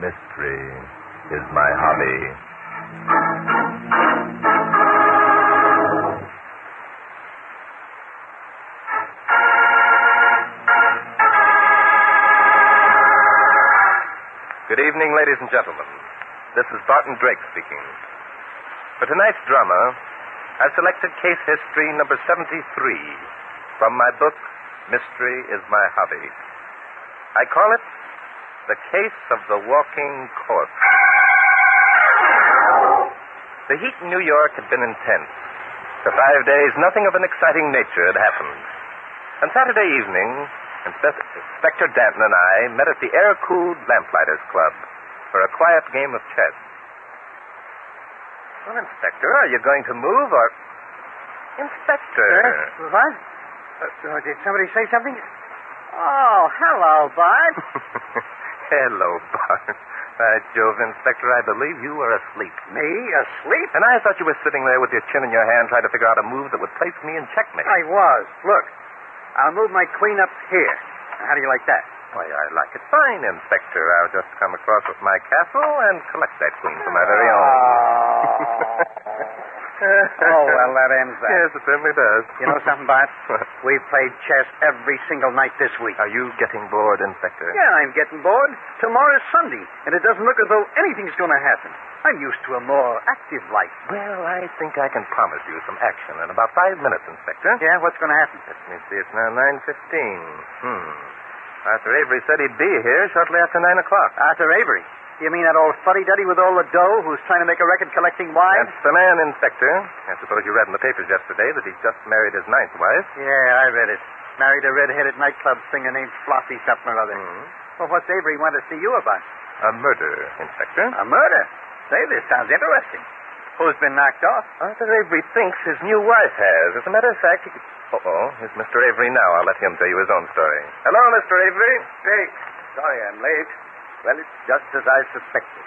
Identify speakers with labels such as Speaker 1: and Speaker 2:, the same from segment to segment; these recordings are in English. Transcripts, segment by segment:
Speaker 1: Mystery is my hobby. Good evening, ladies and gentlemen. This is Barton Drake speaking. For tonight's drama, I've selected case history number 73 from my book, Mystery is My Hobby. I call it The Case of the Walking Corpse. The heat in New York had been intense. For five days, nothing of an exciting nature had happened. On Saturday evening, Inspe- Inspector Danton and I met at the Air Cooled Lamplighters Club for a quiet game of chess. Well, Inspector, are you going to move or. Inspector.
Speaker 2: Huh? What? Uh, uh, did somebody say something? Oh, hello, Bart.
Speaker 1: Hello, Bart. By Jove, Inspector, I believe you were asleep.
Speaker 2: Me asleep?
Speaker 1: And I thought you were sitting there with your chin in your hand trying to figure out a move that would place me in checkmate.
Speaker 2: I was. Look, I'll move my queen up here. How do you like that?
Speaker 1: Why, I like it fine, Inspector. I'll just come across with my castle and collect that queen for my very own.
Speaker 2: Oh. oh, well, that ends that.
Speaker 1: Yes, it certainly does.
Speaker 2: You know something, Bart?
Speaker 1: What?
Speaker 2: We've played chess every single night this week.
Speaker 1: Are you getting bored, Inspector?
Speaker 2: Yeah, I'm getting bored. Tomorrow's Sunday, and it doesn't look as though anything's going to happen. I'm used to a more active life.
Speaker 1: Well, I think I can promise you some action in about five minutes, Inspector.
Speaker 2: Yeah, what's going to happen?
Speaker 1: Let me see, it's now 9.15. Hmm. Arthur Avery said he'd be here shortly after 9 o'clock.
Speaker 3: Ah,
Speaker 2: Arthur Avery. You mean that old fuddy-duddy with all the dough who's trying to make a record collecting wives?
Speaker 1: That's the man, Inspector. I suppose you read in the papers yesterday that he's just married his ninth wife.
Speaker 2: Yeah, I read it. Married a red-headed nightclub singer named Flossie something or other.
Speaker 3: Hmm.
Speaker 1: Mhm.
Speaker 2: Well, what's Avery want to see you about?
Speaker 1: A murder, Inspector.
Speaker 2: A murder? Say, this sounds interesting. Who's been knocked off?
Speaker 1: Arthur Avery thinks his new wife has. As a matter of fact, he could... Uh-oh, it's Mr. Avery now. I'll let him tell you his own story. Hello, Mr. Avery.
Speaker 3: Hey, sorry I'm late. Well, it's just as I suspected.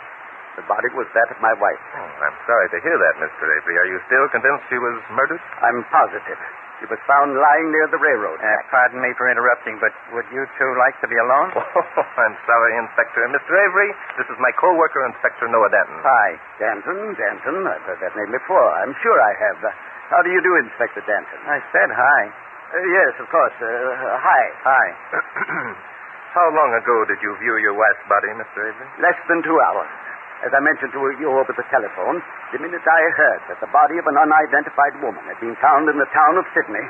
Speaker 3: The body was that of my wife.
Speaker 1: Oh, I'm sorry to hear that, Mr. Avery. Are you still convinced she was murdered?
Speaker 3: I'm positive. She was found lying near the railroad.
Speaker 2: Uh, pardon me for interrupting, but would you two like to be alone?
Speaker 1: Oh, I'm sorry, Inspector. Mr. Avery, this is my co-worker, Inspector Noah Denton.
Speaker 3: Hi, Danton, Danton. I've heard that name before. I'm sure I have. Uh, how do you do, Inspector Danton?
Speaker 2: I said hi.
Speaker 3: Uh, yes, of course. Uh, hi.
Speaker 2: Hi.
Speaker 1: How long ago did you view your wife's body, Mr. Avery?
Speaker 3: Less than two hours. As I mentioned to you over the telephone, the minute I heard that the body of an unidentified woman had been found in the town of Sydney,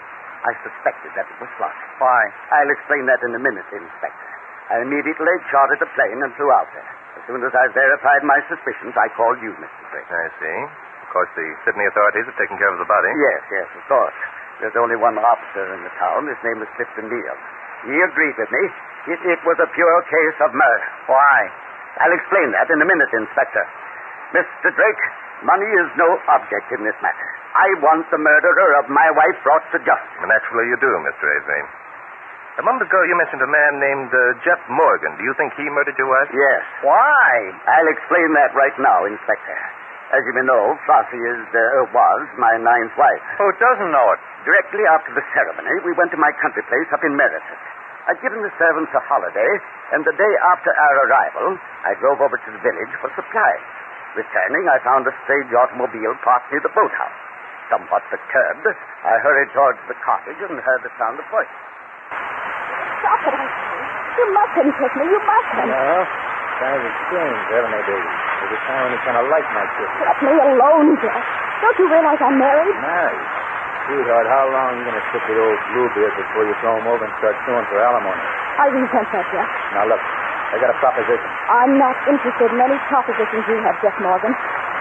Speaker 3: I suspected that it was Flossie.
Speaker 2: Why?
Speaker 3: I'll explain that in a minute, Inspector. I immediately chartered a plane and flew out there. As soon as I verified my suspicions, I called you, Mr. Drake.
Speaker 1: I see. Of course, the Sydney authorities have taken care of the body.
Speaker 3: Yes, yes, of course. There's only one officer in the town. His name is Clifton Neal. He agreed with me. It, it was a pure case of murder.
Speaker 2: Why?
Speaker 3: I'll explain that in a minute, Inspector. Mr. Drake, money is no object in this matter. I want the murderer of my wife brought to justice.
Speaker 1: Naturally, you do, Mr. Avery. A moment ago, you mentioned a man named uh, Jeff Morgan. Do you think he murdered your wife?
Speaker 3: Yes.
Speaker 2: Why?
Speaker 3: I'll explain that right now, Inspector. As you may know, Flossie is, uh, was my ninth wife.
Speaker 2: Who doesn't know it?
Speaker 3: Directly after the ceremony, we went to my country place up in Meredith. I'd given the servants a holiday, and the day after our arrival, I drove over to the village for supplies. Returning, I found a stage automobile parked near the boathouse. Somewhat perturbed, I hurried towards the cottage and heard the sound of voices.
Speaker 4: Stop it, I say. You mustn't hit me. You mustn't.
Speaker 5: kind of strange, haven't I, baby? Every time you kind of like my kitten.
Speaker 4: Let me alone, Jack. Don't you realize I'm married?
Speaker 5: Nice. Sweetheart, how long are you going to sit with old Bluebeard before you throw him over and start suing for alimony?
Speaker 4: I resent that, Jack.
Speaker 5: Now, look, I got a proposition.
Speaker 4: I'm not interested in any propositions you have, Jeff Morgan.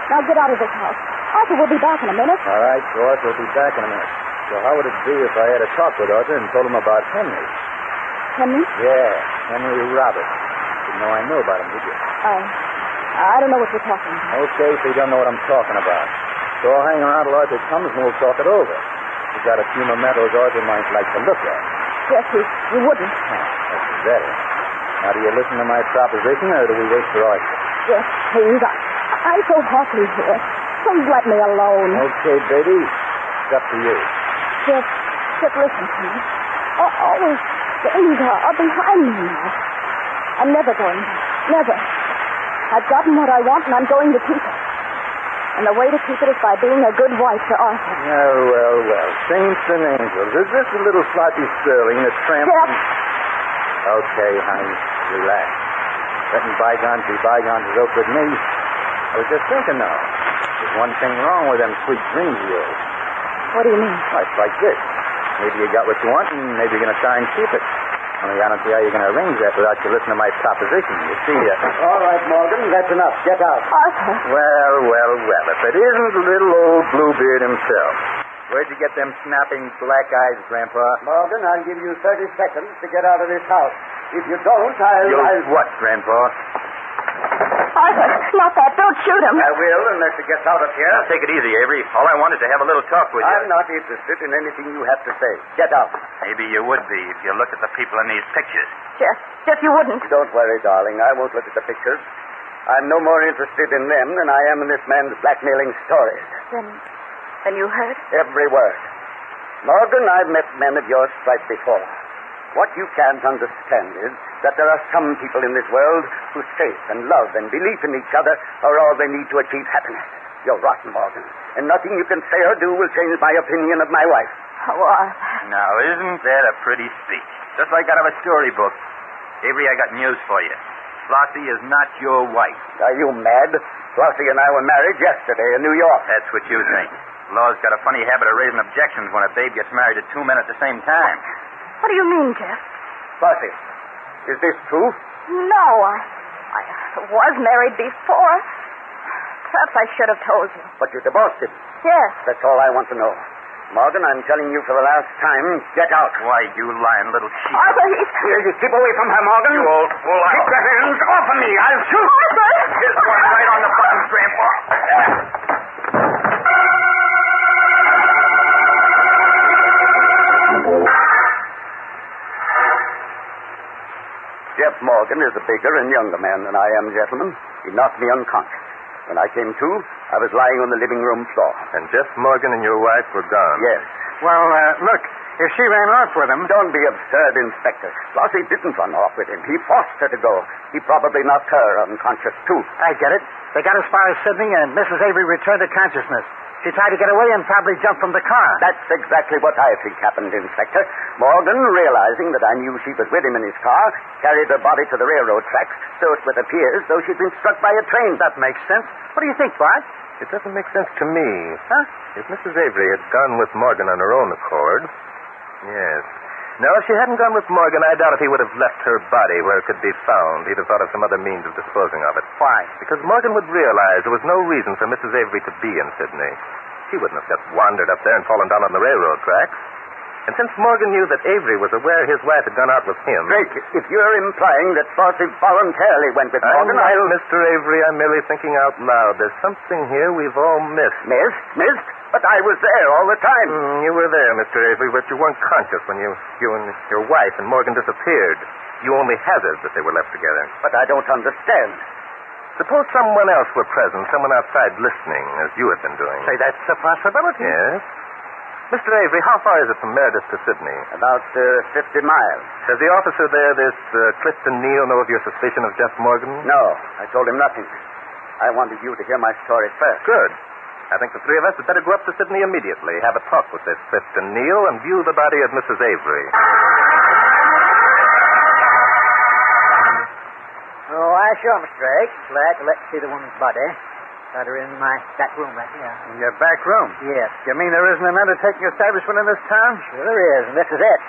Speaker 4: Now get out of this house. Arthur will be back in a minute.
Speaker 5: All right, so Arthur will be back in a minute. So how would it be if I had a talk with Arthur and told him about Henry?
Speaker 4: Henry?
Speaker 5: Yeah, Henry Roberts. Didn't know I knew about him, did you?
Speaker 4: I, Uh, I don't know what you're talking about.
Speaker 5: Okay, so you don't know what I'm talking about. So I'll hang around till Arthur comes and we'll talk it over. He's got a few mementos Arthur might like to look at.
Speaker 4: Yes, you, you wouldn't.
Speaker 5: That's better. Now, do you listen to my proposition or do we wait for Arthur?
Speaker 4: Yes, please. I, I'm so happy here. Please let me alone.
Speaker 3: Oh.
Speaker 5: Okay, baby. It's up to you.
Speaker 4: Just, just listen to me. A- Always things are are behind me now. I'm never going back. Never. I've gotten what I want, and I'm going to keep it. And the way to keep it is by being a good wife to Arthur.
Speaker 5: Oh, well, well. Saints and angels. Is this a little sloppy Sterling, the tramp?
Speaker 4: Jeff,
Speaker 5: Okay, honey. Relax. Letting bygones be bygones is okay with me. I was just thinking now. There's one thing wrong with them sweet dreams of yours.
Speaker 4: what do you mean?
Speaker 5: Well, it's like this. Maybe you got what you want, and maybe you're going to try and keep it. Only I don't see how you're going to arrange that without you listening to my proposition. You see, uh...
Speaker 3: All right, Morgan, that's enough. Get out.
Speaker 4: Arthur,
Speaker 5: Well, well, well. If it isn't little old Bluebeard himself. Where'd you get them snapping black eyes, Grandpa?
Speaker 3: Morgan, I'll give you 30 seconds to get out of this house. If you don't, I'll.
Speaker 5: You'll
Speaker 3: I'll...
Speaker 5: what, Grandpa?
Speaker 4: Arthur, not that. Don't shoot him.
Speaker 3: I will, unless he gets out of here.
Speaker 1: Now, take it easy, Avery. All I wanted to have a little talk with you.
Speaker 3: I'm not interested in anything you have to say. Get out.
Speaker 1: Maybe you would be if you look at the people in these pictures.
Speaker 4: Jeff, Jeff, you wouldn't.
Speaker 3: Don't worry, darling. I won't look at the pictures. I'm no more interested in them than I am in this man's blackmailing stories.
Speaker 4: Then, then you heard?
Speaker 3: Every word. Morgan, I've met men of your stripe before. What you can't understand is that there are some people in this world whose faith and love and belief in each other are all they need to achieve happiness. You're rotten, Morgan, and nothing you can say or do will change my opinion of my wife.
Speaker 4: Oh, Arthur.
Speaker 1: Now, isn't that a pretty speech? Just like out of a storybook. Avery, I got news for you. Flossie is not your wife.
Speaker 3: Are you mad? Flossie and I were married yesterday in New York.
Speaker 1: That's what you think. Law's got a funny habit of raising objections when a babe gets married to two men at the same time.
Speaker 4: What do you mean, Jeff?
Speaker 3: Flossie, is this true?
Speaker 4: No, I, I was married before. Perhaps I should have told you.
Speaker 3: But you divorced him.
Speaker 4: Yes.
Speaker 3: That's all I want to know. Morgan, I'm telling you for the last time, get out.
Speaker 1: Why, you lying little cheat.
Speaker 4: Arthur, he's...
Speaker 3: Here, you keep away from her, Morgan.
Speaker 1: You old fool.
Speaker 3: Keep your hands off of me. I'll shoot.
Speaker 1: Here's one right on the button, Grandpa.
Speaker 3: Jeff Morgan is a bigger and younger man than I am, gentlemen. He knocked me unconscious. When I came to, I was lying on the living room floor.
Speaker 1: And Jeff Morgan and your wife were gone.
Speaker 3: Yes.
Speaker 2: Well, uh, look, if she ran off with him.
Speaker 3: Don't be absurd, Inspector. Flossie didn't run off with him. He forced her to go. He probably knocked her unconscious, too.
Speaker 2: I get it. They got as far as Sydney, and Mrs. Avery returned to consciousness. She tried to get away and probably jumped from the car.
Speaker 3: That's exactly what I think happened, Inspector. Morgan, realizing that I knew she was with him in his car, carried her body to the railroad tracks, so it would appear as though she'd been struck by a train.
Speaker 2: that makes sense. What do you think, Bart?
Speaker 1: It doesn't make sense to me.
Speaker 2: Huh?
Speaker 1: If Mrs. Avery had gone with Morgan on her own accord. Yes. No, if she hadn't gone with Morgan, I doubt if he would have left her body where it could be found. He'd have thought of some other means of disposing of it.
Speaker 2: Why?
Speaker 1: Because Morgan would realize there was no reason for Mrs. Avery to be in Sydney. She wouldn't have just wandered up there and fallen down on the railroad tracks. And since Morgan knew that Avery was aware his wife had gone out with him.
Speaker 3: Drake, if you're implying that Flossie voluntarily went with
Speaker 2: Um,
Speaker 1: I'm
Speaker 3: Morgan,
Speaker 1: not,
Speaker 3: I'll...
Speaker 1: Mr. Avery. I'm merely thinking out loud. There's something here we've all missed.
Speaker 3: Missed, missed, but I was there all the time.
Speaker 1: Mm, you were there, Mr. Avery, but you weren't conscious when you, you and your wife and Morgan disappeared. You only hazarded that they were left together.
Speaker 3: But I don't understand.
Speaker 1: Suppose someone else were present, someone outside listening, as you had been doing.
Speaker 2: Say, that's a possibility.
Speaker 1: Yes. Mr. Avery, how far is it from Meredith to Sydney?
Speaker 3: About uh, 50 miles.
Speaker 1: Does the officer there, this uh, Clifton Neal, know of your suspicion of Jeff Morgan?
Speaker 3: No, I told him nothing. I wanted you to hear my story first.
Speaker 1: Good. I think the three of us had better go up to Sydney immediately, have a talk with this Clifton Neal, and view the body of Mrs. Avery.
Speaker 6: Oh, I sure, Mr. Drake. Glad to let you see the woman's body. Got her in my back room right here.
Speaker 2: In your back room.
Speaker 6: Yes,
Speaker 2: You mean there isn't an undertaking establishment in this town?
Speaker 6: sure there is, and this is it.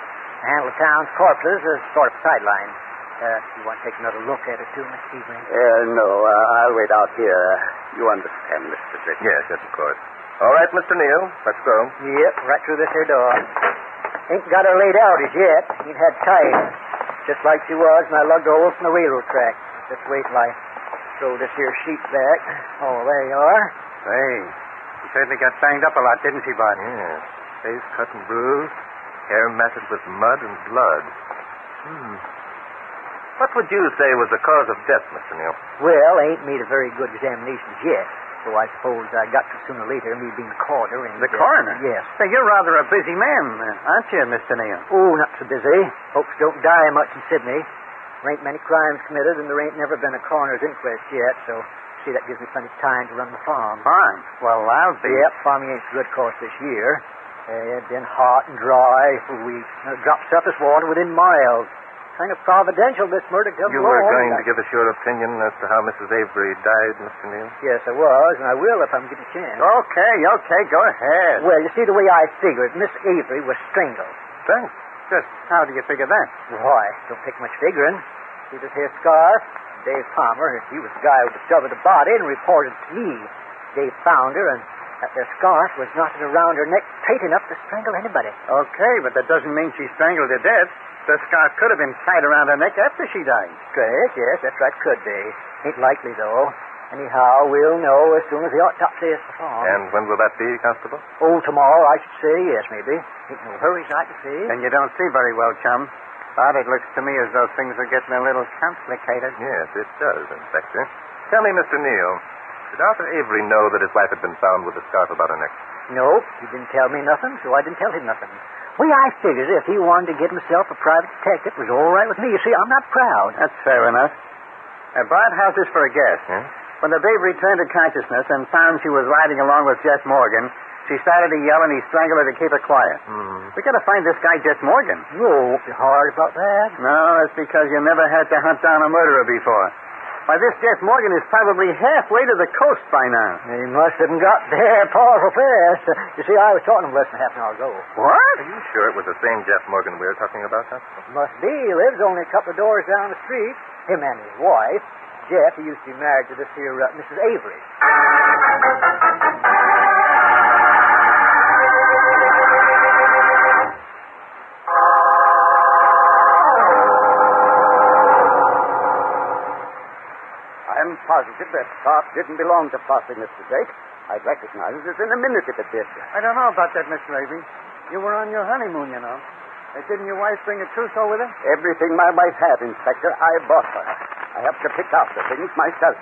Speaker 6: The handle of town's corpses is sort of sideline. Uh, you want to take another look at it, too, Mr. Sebring?
Speaker 3: Uh, no, uh, I'll wait out here. You understand, Mr. Drake.
Speaker 1: Yes, yes, of course. All right, Mr. Neal, let's go.
Speaker 6: Yep, right through this here door. Ain't got her laid out as yet. Ain't had time. just like she was, and I lugged her over from the railroad track. Just wait till I throw this here sheet back. Oh, there you are.
Speaker 2: Say, she certainly got banged up a lot, didn't she, Bud?
Speaker 1: Yes. Face cut and bruised, hair matted with mud and blood. Hmm. What would you say was the cause of death, Mr. Neal?
Speaker 6: Well, I ain't made a very good examination yet, so I suppose I got to sooner or later, me being the coroner and...
Speaker 2: The coroner?
Speaker 6: Yes.
Speaker 2: Say, you're rather a busy man, uh, aren't you, Mr. Neal?
Speaker 6: Oh, not so busy. Folks don't die much in Sydney. There ain't many crimes committed, and there ain't never been a coroner's inquest yet, so... See, that gives me plenty of time to run the farm.
Speaker 2: Fine. Well, I'll be.
Speaker 6: Yep, farming ain't so good, of course, this year. Uh, it's been hot and dry for weeks. Uh, dropped surface water within miles. Kind of providential, this murder. Good
Speaker 1: You
Speaker 6: Lord.
Speaker 1: were going to give us your opinion as to how Mrs. Avery died, Mr. Neal?
Speaker 6: Yes, I was, and I will if I'm given a chance.
Speaker 2: Okay, okay, go ahead.
Speaker 6: Well, you see, the way I figure it, Miss Avery was strangled.
Speaker 1: Thanks.
Speaker 2: Just how do you figure that?
Speaker 6: Why? Don't take much figuring. See this here scarf? Dave Palmer, he was the guy who discovered the body and reported to me. Dave found her, and that there scarf was knotted around her neck tight enough to strangle anybody.
Speaker 2: Okay, but that doesn't mean she strangled to death. The scarf could have been tied around her neck after she died.
Speaker 6: Strange, yes, that's right, could be. Ain't likely, though. Anyhow, we'll know as soon as the autopsy is performed.
Speaker 1: And when will that be, Constable?
Speaker 6: Oh, tomorrow, I should say, yes, maybe. Ain't no hurry, I can see.
Speaker 2: And you don't see very well, chum. But it looks to me as though things are getting a little complicated.
Speaker 1: Yes, it does, Inspector. Tell me, Mr. Neal, did Arthur Avery know that his wife had been found with a scarf about her neck?
Speaker 6: Nope, he didn't tell me nothing, so I didn't tell him nothing. Way I figured if he wanted to get himself a private detective, it was all right with me. You see, I'm not proud.
Speaker 2: That's fair enough. Uh, Bart has this for a guess.
Speaker 1: Hmm?
Speaker 2: When the babe returned to consciousness and found she was riding along with Jess Morgan, she started to yell and he strangled her to keep her quiet.
Speaker 1: Hmm.
Speaker 2: We gotta find this guy, Jess Morgan.
Speaker 6: You won't be hard about that.
Speaker 2: No, that's because you never had to hunt down a murderer before. Why, this Jess Morgan is probably halfway to the coast by now.
Speaker 6: He must have got there powerful fast. You see, I was talking to him less than half an hour ago.
Speaker 2: What?
Speaker 1: Are you sure it was the same Jeff Morgan we were talking about, Constable?
Speaker 6: Must be. He lives only a couple of doors down the street. Him and his wife. Jeff, he used to be married to this here uh, Mrs. Avery.
Speaker 3: I'm positive that scarf didn't belong to Foster, Mr. Drake. I'd recognize it in a minute if it did.
Speaker 2: I don't know about that, Mr. Avery. You were on your honeymoon, you know. Uh, didn't your wife bring a trousseau with her?
Speaker 3: Everything my wife had, Inspector, I bought her. I helped her pick out the things myself.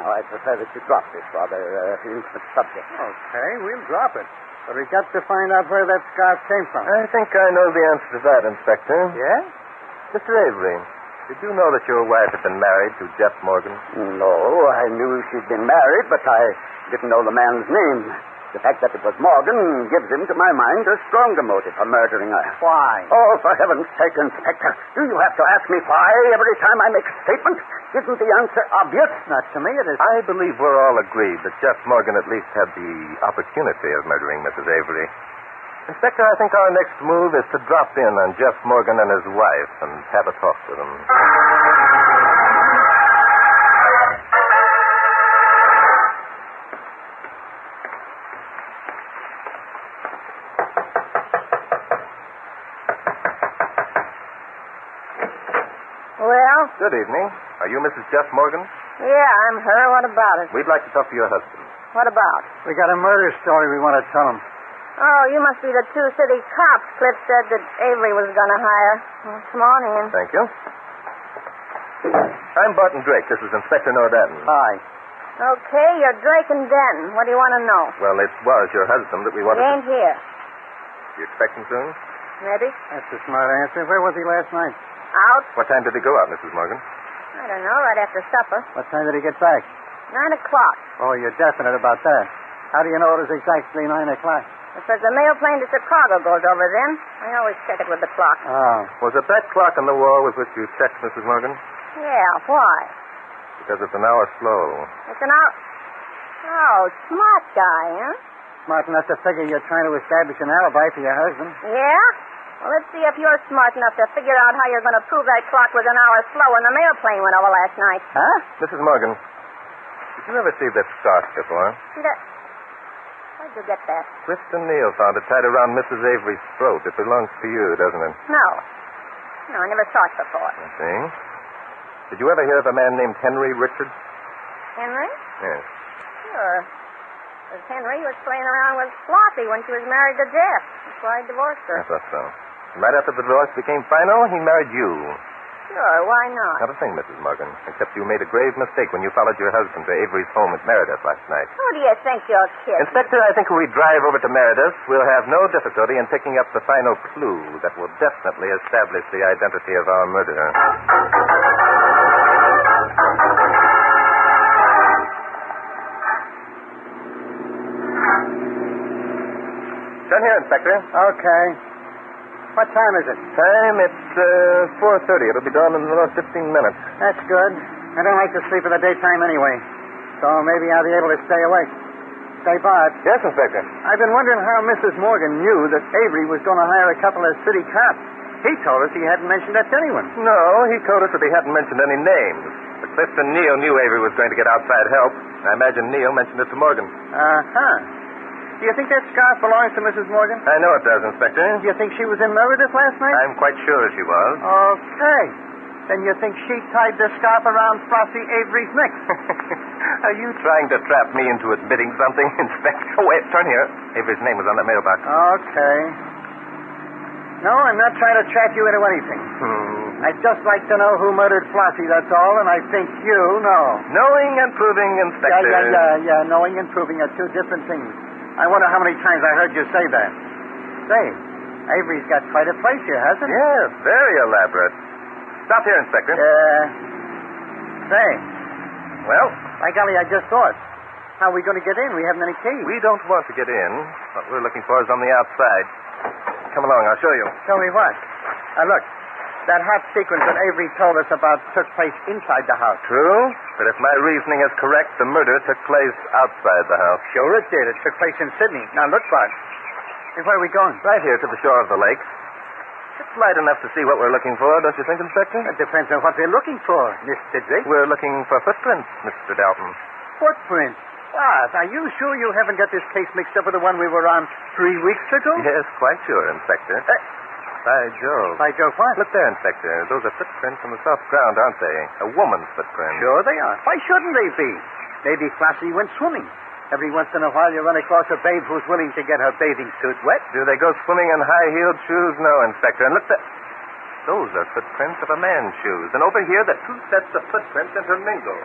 Speaker 3: Now, I prefer that you drop this rather uh, intimate subject.
Speaker 2: Okay, we'll drop it. But we got to find out where that scarf came from.
Speaker 1: I think I know the answer to that, Inspector.
Speaker 2: yeah?
Speaker 1: Mr. Avery, did you know that your wife had been married to Jeff Morgan?
Speaker 3: No, I knew she'd been married, but I didn't know the man's name. The fact that it was Morgan gives him, to my mind, a stronger motive for murdering her.
Speaker 2: Why?
Speaker 3: Oh, for heaven's sake, Inspector, do you have to ask me why every time I make a statement? Isn't the answer obvious?
Speaker 2: Not to me, it is.
Speaker 1: I believe we're all agreed that Jeff Morgan at least had the opportunity of murdering Mrs. Avery. Inspector, I think our next move is to drop in on Jeff Morgan and his wife and have a talk with them.
Speaker 6: Well,
Speaker 1: Good evening. Are you Mrs. Jeff Morgan?
Speaker 6: yeah, I'm her. What about it?
Speaker 1: We'd like to talk to your husband.
Speaker 6: What about?
Speaker 2: We got a murder story we want to tell him.
Speaker 7: Oh, you must be the two city cops Cliff said that Avery was going to hire. Well, Come on in.
Speaker 1: Thank you. I'm Barton Drake. This is Inspector Norden.
Speaker 2: Hi.
Speaker 7: Okay, you're Drake and Denton. What do you want to know?
Speaker 1: Well, it was your husband that we
Speaker 7: He
Speaker 1: wanted
Speaker 7: ain't here.
Speaker 1: to... You expect him soon?
Speaker 7: Maybe.
Speaker 2: That's a smart answer. Where was he last night?
Speaker 7: Out.
Speaker 1: What time did he go out, Mrs. Morgan?
Speaker 7: I don't know, right after supper.
Speaker 2: What time did he get back?
Speaker 7: Nine o'clock.
Speaker 2: Oh, you're definite about that. How do you know it was exactly nine o'clock?
Speaker 7: Because the mail plane to Chicago goes over then. I always check it with the clock.
Speaker 2: Oh.
Speaker 1: Was it that clock on the wall with which you checked, Mrs. Morgan?
Speaker 7: Yeah, why?
Speaker 1: Because it's an hour slow.
Speaker 7: It's an out. Oh, smart guy, huh?
Speaker 2: Smart enough to figure you're trying to establish an alibi for your husband.
Speaker 7: Yeah? Well, let's see if you're smart enough to figure out how you're going to prove that clock was an hour slow when the mail plane went over last night.
Speaker 2: Huh?
Speaker 1: Mrs. Morgan, did you ever see that scarf before?
Speaker 7: See that? Where'd you get that?
Speaker 1: Clifton Neal found it tied around Mrs. Avery's throat. It belongs to you, doesn't it?
Speaker 7: No. No, I never saw it before.
Speaker 1: I see. Did you ever hear of a man named Henry Richards?
Speaker 7: Henry?
Speaker 1: Yes.
Speaker 7: Sure. Because Henry was playing around with Flossie when she was married to Jeff. That's why I divorced her.
Speaker 1: I thought so. Right after the divorce became final, he married you.
Speaker 7: Sure, why not?
Speaker 1: Not a thing, Mrs. Morgan, except you made a grave mistake when you followed your husband to Avery's home at Meredith last night.
Speaker 7: Who do you think you're kidding?
Speaker 1: Inspector, I think when we drive over to Meredith, we'll have no difficulty in picking up the final clue that will definitely establish the identity of our murderer. Done here, Inspector.
Speaker 3: Okay. What time is it?
Speaker 1: Time, it's uh, 4.30. It'll be done in another 15 minutes.
Speaker 3: That's good. I don't like to sleep in the daytime anyway. So maybe I'll be able to stay awake. Say, Bart,
Speaker 1: Yes, Inspector.
Speaker 3: I've been wondering how Mrs. Morgan knew that Avery was going to hire a couple of city cops. He told us he hadn't mentioned that to anyone.
Speaker 1: No, he told us that he hadn't mentioned any names. But Clifton Neal knew Avery was going to get outside help. And I imagine Neal mentioned it to Morgan.
Speaker 3: Uh-huh. Do you think that scarf belongs to Mrs. Morgan?
Speaker 1: I know it does, Inspector.
Speaker 3: Do you think she was in Meredith last night?
Speaker 1: I'm quite sure she was.
Speaker 3: Okay. Then you think she tied the scarf around Flossie Avery's neck?
Speaker 1: Are you trying to trap me into admitting something, Inspector? Oh, wait, turn here. Avery's name was on that mailbox.
Speaker 3: okay. No, I'm not trying to trap you into anything.
Speaker 1: Hmm.
Speaker 3: I'd just like to know who murdered Flossie, that's all, and I think you know.
Speaker 1: Knowing and proving,
Speaker 3: Yeah,
Speaker 1: Inspector.
Speaker 3: yeah, yeah, yeah. Knowing and proving are two different things. I wonder how many times I heard you say that. Say, Avery's got quite a place here, hasn't he?
Speaker 1: Yes, very elaborate. Stop here, Inspector.
Speaker 3: Uh, say,
Speaker 1: Well,
Speaker 3: by golly, I just thought. How are we going to get in? We haven't any key.
Speaker 1: we don't want to get in. What we're looking for is on the outside. Come along, I'll show you.
Speaker 3: Tell me what? Uh, look, that hot sequence that Avery told us about took place inside the house.
Speaker 1: True, but if my reasoning is correct, the murder took place outside the house.
Speaker 3: Sure it did. It took place in Sydney. Now look, Bart. Hey, Where are we going?
Speaker 1: Right here to the shore of the lake. Just light enough to see what we're looking for, don't you think, Inspector?
Speaker 3: That depends on what they're looking for, Mr. Drake.
Speaker 1: We're looking for footprints, Mr. Dalton.
Speaker 3: Footprints. Bart, are you sure you haven't got this case mixed up with the one we were on three weeks ago?
Speaker 1: Yes, quite sure, Inspector.
Speaker 3: Eh?
Speaker 1: By Jove.
Speaker 3: By Jove, what?
Speaker 1: Look there, Inspector. Those are footprints on the soft ground, aren't they? A woman's footprint.
Speaker 3: Sure they are. Why shouldn't they be? Maybe Flossie went swimming. Every once in a while you run across a babe who's willing to get her bathing suit wet.
Speaker 1: Do they go swimming in high-heeled shoes? No, Inspector. And look there. Those are footprints of a man's shoes. And over here, the two sets of footprints intermingle,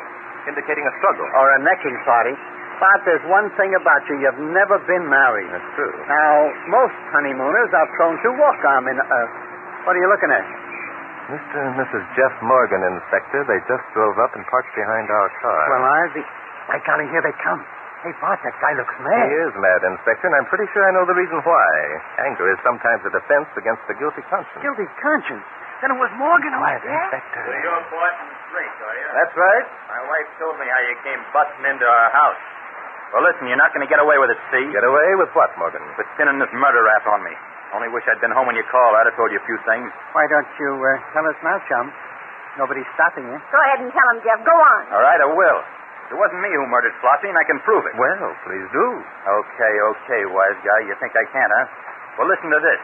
Speaker 1: indicating a struggle.
Speaker 3: Or a necking party. Bart, there's one thing about you. You've never been married.
Speaker 1: That's true.
Speaker 3: Now, most honeymooners are prone to walk arm in. Uh, what are you looking at?
Speaker 1: Mr. and Mrs. Jeff Morgan, Inspector, they just drove up and parked behind our car.
Speaker 3: I'll be. By golly, here they come. Hey, Bart, that guy looks
Speaker 1: He is mad, Inspector, and I'm pretty sure I know the reason why. Anger is sometimes a defense against the guilty conscience.
Speaker 3: Guilty conscience. Then it was Morgan who
Speaker 1: Quiet, Inspector.
Speaker 8: Barton Drake, are you?
Speaker 1: That's right.
Speaker 8: My wife told me how you came busting into our house. Well, listen, you're not going to get away with it, see?
Speaker 1: Get away with what, Morgan?
Speaker 8: But pinning this murder rap on me. Only wish I'd been home when you called. I'd have told you a few things.
Speaker 3: Why don't you uh, tell us now, chum? Nobody's stopping you.
Speaker 7: Go ahead and tell him, Jeff. Go on.
Speaker 8: All right, I will. It wasn't me who murdered Flossie, and I can prove it.
Speaker 1: Well, please do.
Speaker 8: Okay, okay, wise guy. You think I can't, huh? Well, listen to this.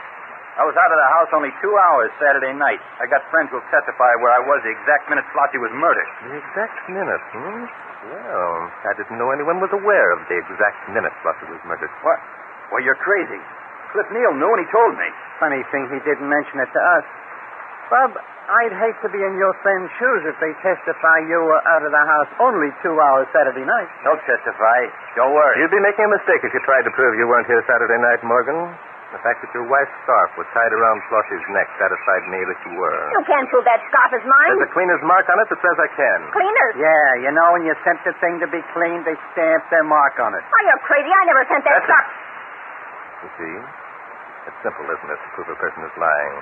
Speaker 8: I was out of the house only two hours Saturday night. I got friends who'll testify where I was the exact minute Flossie was murdered.
Speaker 1: The exact minute, hmm? Well, I didn't know anyone was aware of the exact minute Fluffy was murdered.
Speaker 8: What? Well, you're crazy. Cliff Neal knew, and he told me.
Speaker 3: Funny thing, he didn't mention it to us. Bob, I'd hate to be in your friend's shoes if they testify you were out of the house only two hours Saturday night.
Speaker 8: He'll testify. Don't worry.
Speaker 1: You'd be making a mistake if you tried to prove you weren't here Saturday night, Morgan. The fact that your wife's scarf was tied around Flossie's neck satisfied me that you were.
Speaker 7: You can't prove that scarf is
Speaker 1: There's
Speaker 7: mine.
Speaker 1: a cleaner's mark on it that says I can.
Speaker 7: Cleaners.
Speaker 3: Yeah, you know, when you sent the thing to be cleaned, they stamped their mark on it.
Speaker 7: Oh, you're crazy. I never sent that
Speaker 1: That's
Speaker 7: scarf.
Speaker 1: You see? It's simple, isn't it, to prove a person is lying?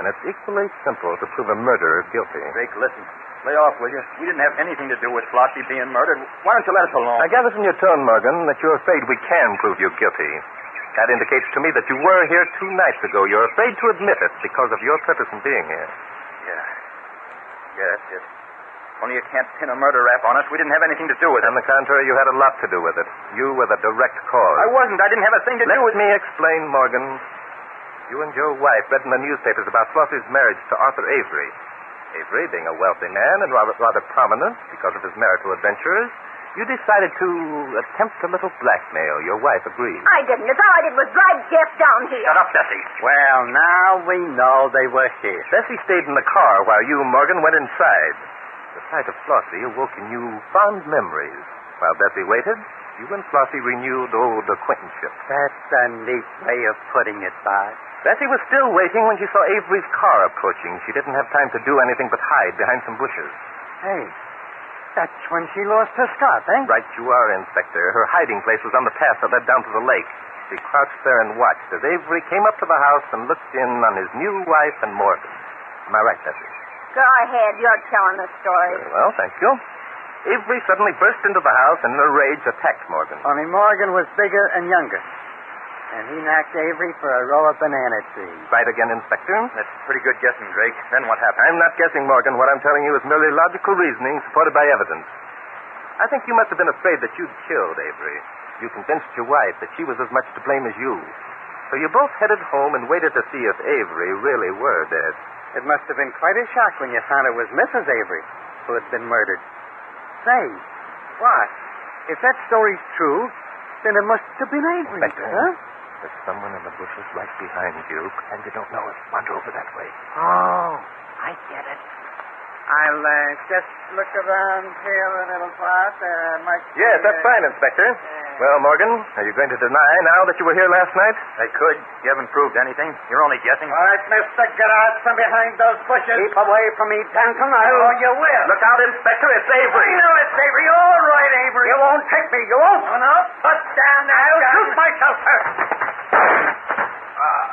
Speaker 1: And it's equally simple to prove a murderer guilty.
Speaker 8: Drake, listen. Lay off, will you? We didn't have anything to do with Flossie being murdered. Why don't you let us alone?
Speaker 1: I gather from your tone, Morgan, that you're afraid we can prove you guilty. That indicates to me that you were here two nights ago. You're afraid to admit it because of your purpose in being here.
Speaker 8: Yeah. Yeah, that's it. Only you can't pin a murder rap on us. We didn't have anything to do with it.
Speaker 1: On the contrary, you had a lot to do with it. You were the direct cause.
Speaker 8: I wasn't. I didn't have a thing to
Speaker 1: Let
Speaker 8: do with
Speaker 1: me explain, Morgan. You and your wife read in the newspapers about Flossie's marriage to Arthur Avery. Avery, being a wealthy man and rather, rather prominent because of his marital adventures, you decided to attempt a little blackmail. Your wife agreed.
Speaker 7: I didn't. It's all I did was drive Jeff down here.
Speaker 1: Shut up, Bessie.
Speaker 6: Well, now we know they were here.
Speaker 8: Ah.
Speaker 1: Bessie stayed in the car while you, Morgan, went inside. The sight of Flossie awoke in you fond memories. While Bessie waited, you and Flossie renewed old acquaintanceship.
Speaker 6: That's a neat way of putting it, Bart.
Speaker 1: Bessie was still waiting when she saw Avery's car approaching. She didn't have time to do anything but hide behind some bushes.
Speaker 3: Hey, that's when she lost her stop, eh?
Speaker 1: Right you are, Inspector. Her hiding place was on the path that led down to the lake. She crouched there and watched as Avery came up to the house and looked in on his new wife and Morgan. Am I right, Bessie?
Speaker 7: Go ahead. You're telling the story.
Speaker 1: Very well, thank you. Avery suddenly burst into the house and in a rage attacked Morgan.
Speaker 3: Only Morgan was bigger and younger. And he knocked Avery for a row of banana trees.
Speaker 1: Right again, Inspector?
Speaker 6: That's pretty good guessing, Drake. Then what happened?
Speaker 1: I'm not guessing, Morgan. What I'm telling you is merely logical reasoning supported by evidence. I think you must have been afraid that you'd killed Avery. You convinced your wife that she was as much to blame as you. So you both headed home and waited to see if Avery really were dead.
Speaker 3: It must have been quite a shock when you found it was Mrs. Avery who had been murdered. Say, what? If that story's true, then it must have been Avery.
Speaker 1: Inspector.
Speaker 3: Huh?
Speaker 1: There's someone in the bushes right behind you, and you don't know it. Wander over that way.
Speaker 3: Oh, I get it. I'll uh, just look around here a little, Bart. Uh, might
Speaker 1: Yes, that's fine, Inspector. Well, Morgan, are you going to deny now that you were here last night?
Speaker 6: They could. You haven't proved anything. You're only guessing.
Speaker 3: All right, mister, get out from behind those bushes. Keep away from me, Danton. I know you will.
Speaker 1: Look out, Inspector. It's Avery.
Speaker 3: I know it's Avery. All right, Avery. You won't take me. You won't. Oh, no. Put down that I'll shoot myself, sir. Ah.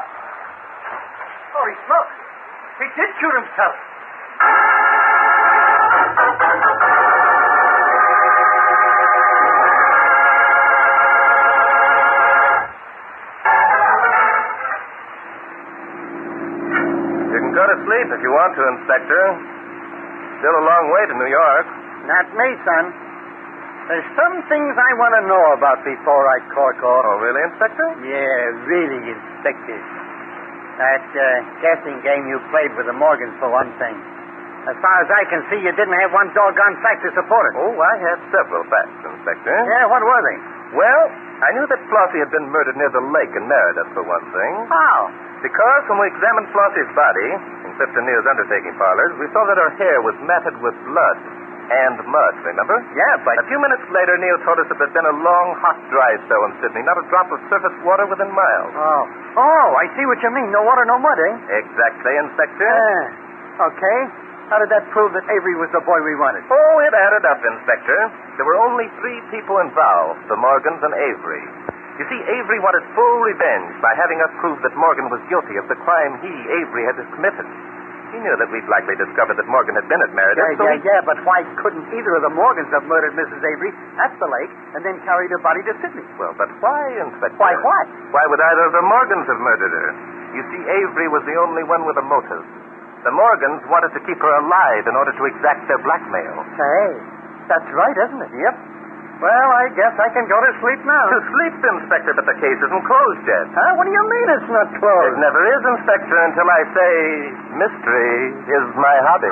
Speaker 3: Holy smoke. He did shoot himself.
Speaker 1: You can go to sleep if you want to, Inspector. Still a long way to New York.
Speaker 3: Not me, son. There's some things I want to know about before I cork off.
Speaker 1: Oh, really, Inspector?
Speaker 3: Yeah, really, Inspector. That uh, guessing game you played with the Morgans, for one thing. As far as I can see, you didn't have one doggone fact to support it.
Speaker 1: Oh, I had several facts, Inspector.
Speaker 3: Yeah, what were they?
Speaker 1: Well, I knew that Flossie had been murdered near the lake in Meredith, for one thing.
Speaker 3: How?
Speaker 1: Because when we examined Flossie's body in Cliftonier's undertaking parlors, we saw that her hair was matted with blood and mud, remember?
Speaker 3: Yeah, but
Speaker 1: A few minutes later, Neil told us that there'd been a long, hot, dry spell in Sydney, not a drop of surface water within miles.
Speaker 3: Oh. Oh, I see what you mean. No water, no mud, eh?
Speaker 1: Exactly, Inspector.
Speaker 3: Yeah. Okay. How did that prove that Avery was the boy we wanted?
Speaker 1: Oh, it added up, Inspector. There were only three people involved the Morgans and Avery. You see, Avery wanted full revenge by having us prove that Morgan was guilty of the crime he, Avery, had committed. He knew that we'd likely discover that Morgan had been at Meredith,
Speaker 3: Yeah,
Speaker 1: so
Speaker 3: yeah,
Speaker 1: he-
Speaker 3: yeah, but why couldn't either of the Morgans have murdered Mrs. Avery at the lake and then carried her body to Sydney?
Speaker 1: Well, but why, Inspector?
Speaker 3: Why, why?
Speaker 1: Why would either of the Morgans have murdered her? You see, Avery was the only one with a motive. The Morgans wanted to keep her alive in order to exact their blackmail.
Speaker 3: Hey, that's right, isn't it? Yep. Well, I guess I can go to sleep now.
Speaker 1: To sleep, Inspector, but the case isn't closed yet.
Speaker 3: Huh? What do you mean it's not
Speaker 1: It
Speaker 3: closed?
Speaker 1: never is, Inspector, until I say mystery is my hobby.